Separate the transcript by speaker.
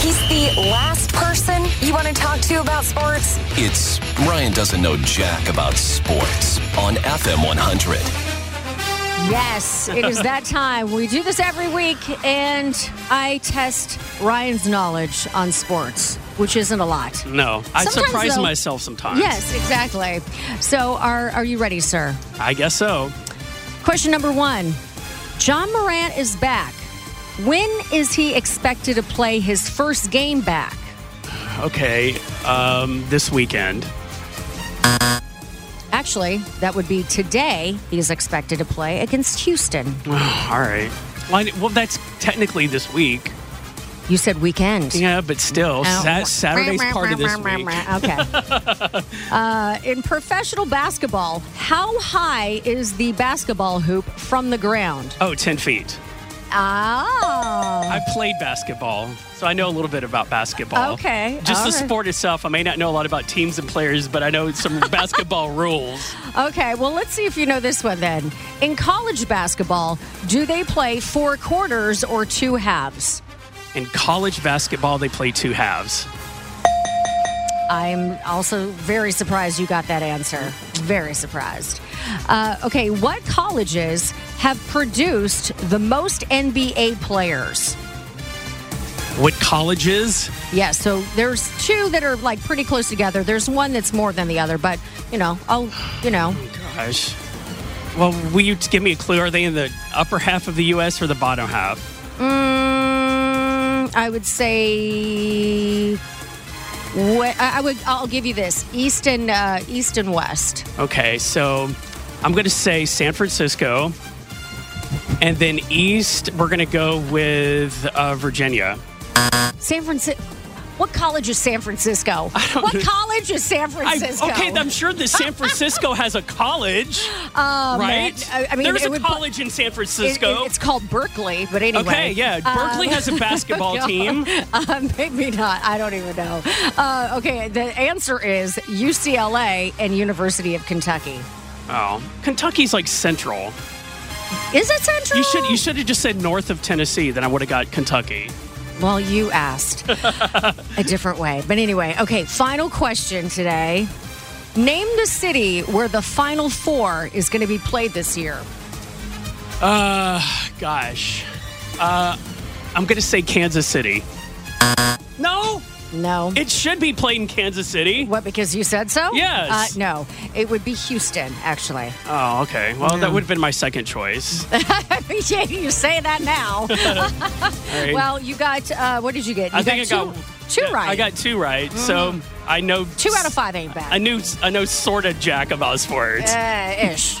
Speaker 1: He's the last person you want to talk to about sports.
Speaker 2: It's Ryan doesn't know jack about sports on FM 100.
Speaker 3: Yes, it is that time. We do this every week, and I test Ryan's knowledge on sports, which isn't a lot.
Speaker 4: No, I
Speaker 3: Sometimes,
Speaker 4: surprise
Speaker 3: though-
Speaker 4: myself sometimes.
Speaker 3: Yes, exactly. So, are are you ready, sir?
Speaker 4: I guess so.
Speaker 3: Question number one: John Morant is back. When is he expected to play his first game back?
Speaker 4: Okay, um, this weekend.
Speaker 3: Actually, that would be today. He is expected to play against Houston.
Speaker 4: All right. Well, I- well, that's technically this week.
Speaker 3: You said weekend.
Speaker 4: Yeah, but still,
Speaker 3: Oh.
Speaker 4: Sat- Saturday's part of this week.
Speaker 3: Okay. uh, in professional basketball, how high is the basketball hoop from the ground?
Speaker 4: Oh, 10 feet.
Speaker 3: Oh.
Speaker 4: I played basketball, so I know a little bit about basketball.
Speaker 3: Okay,
Speaker 4: Just the
Speaker 3: all right.
Speaker 4: sport itself. I may not know a lot about teams and players, but I know some basketball rules.
Speaker 3: Okay, well, let's see if you know this one then. In college basketball, do they play four quarters or two halves?
Speaker 4: In college basketball, they play two halves.
Speaker 3: I'm also very surprised you got that answer. Very surprised. Uh, okay, what colleges have produced the most NBA players?
Speaker 4: What colleges?
Speaker 3: Yeah, so there's two that are like pretty close together. There's one that's more than the other, but you know, oh, you know,
Speaker 4: Gosh. Well, will you give me a clue? Are they in the upper half of the U.S. or the bottom half?
Speaker 3: mm, I would say. What, I I would. I'll give you this: East and uh, East and West.
Speaker 4: Okay, so I'm going to say San Francisco. And then east, we're going to go with uh, Virginia.
Speaker 3: San Francisco. What college is San Francisco? What college is San
Speaker 4: I-
Speaker 3: Francisco?
Speaker 4: okay, I'm sure that San Francisco has a college,
Speaker 3: Oh, man.
Speaker 4: right?
Speaker 3: I, I mean,
Speaker 4: There's
Speaker 3: it
Speaker 4: a
Speaker 3: would-
Speaker 4: college in San
Speaker 3: it- it-
Speaker 4: Francisco.
Speaker 3: it's called Berkeley, but anyway. Um,
Speaker 4: okay, yeah. Berkeley has a basketball
Speaker 3: God.
Speaker 4: team.
Speaker 3: Uh, maybe not. I don't even know. Uh, okay, the answer is UCLA and University of Kentucky.
Speaker 4: Oh, Kentucky's like central.
Speaker 3: Is it Central?
Speaker 4: You should you should have just said north of Tennessee. Then I would have got Kentucky.
Speaker 3: Well, you asked a different way. But anyway, okay, final question today. Name the city where the Final Four is going to be played this year.
Speaker 4: Uh, gosh. Uh, I'm going to say Kansas City. No,
Speaker 3: No.
Speaker 4: it should be played in Kansas City.
Speaker 3: what, because you said so?
Speaker 4: Yes.
Speaker 3: Uh, no, it would be Houston, actually.
Speaker 4: Oh, okay. Well, that would have been my second choice. All
Speaker 3: yeah, you say that now.
Speaker 4: right.
Speaker 3: well, you got, uh, what did you get? You
Speaker 4: I think
Speaker 3: got
Speaker 4: I got
Speaker 3: two, two
Speaker 4: yeah,
Speaker 3: right. Mm-hmm.
Speaker 4: I got two right. So I know
Speaker 3: Two out of five ain't bad.
Speaker 4: I knew I know sort of jack about sports.
Speaker 3: Uh, ish.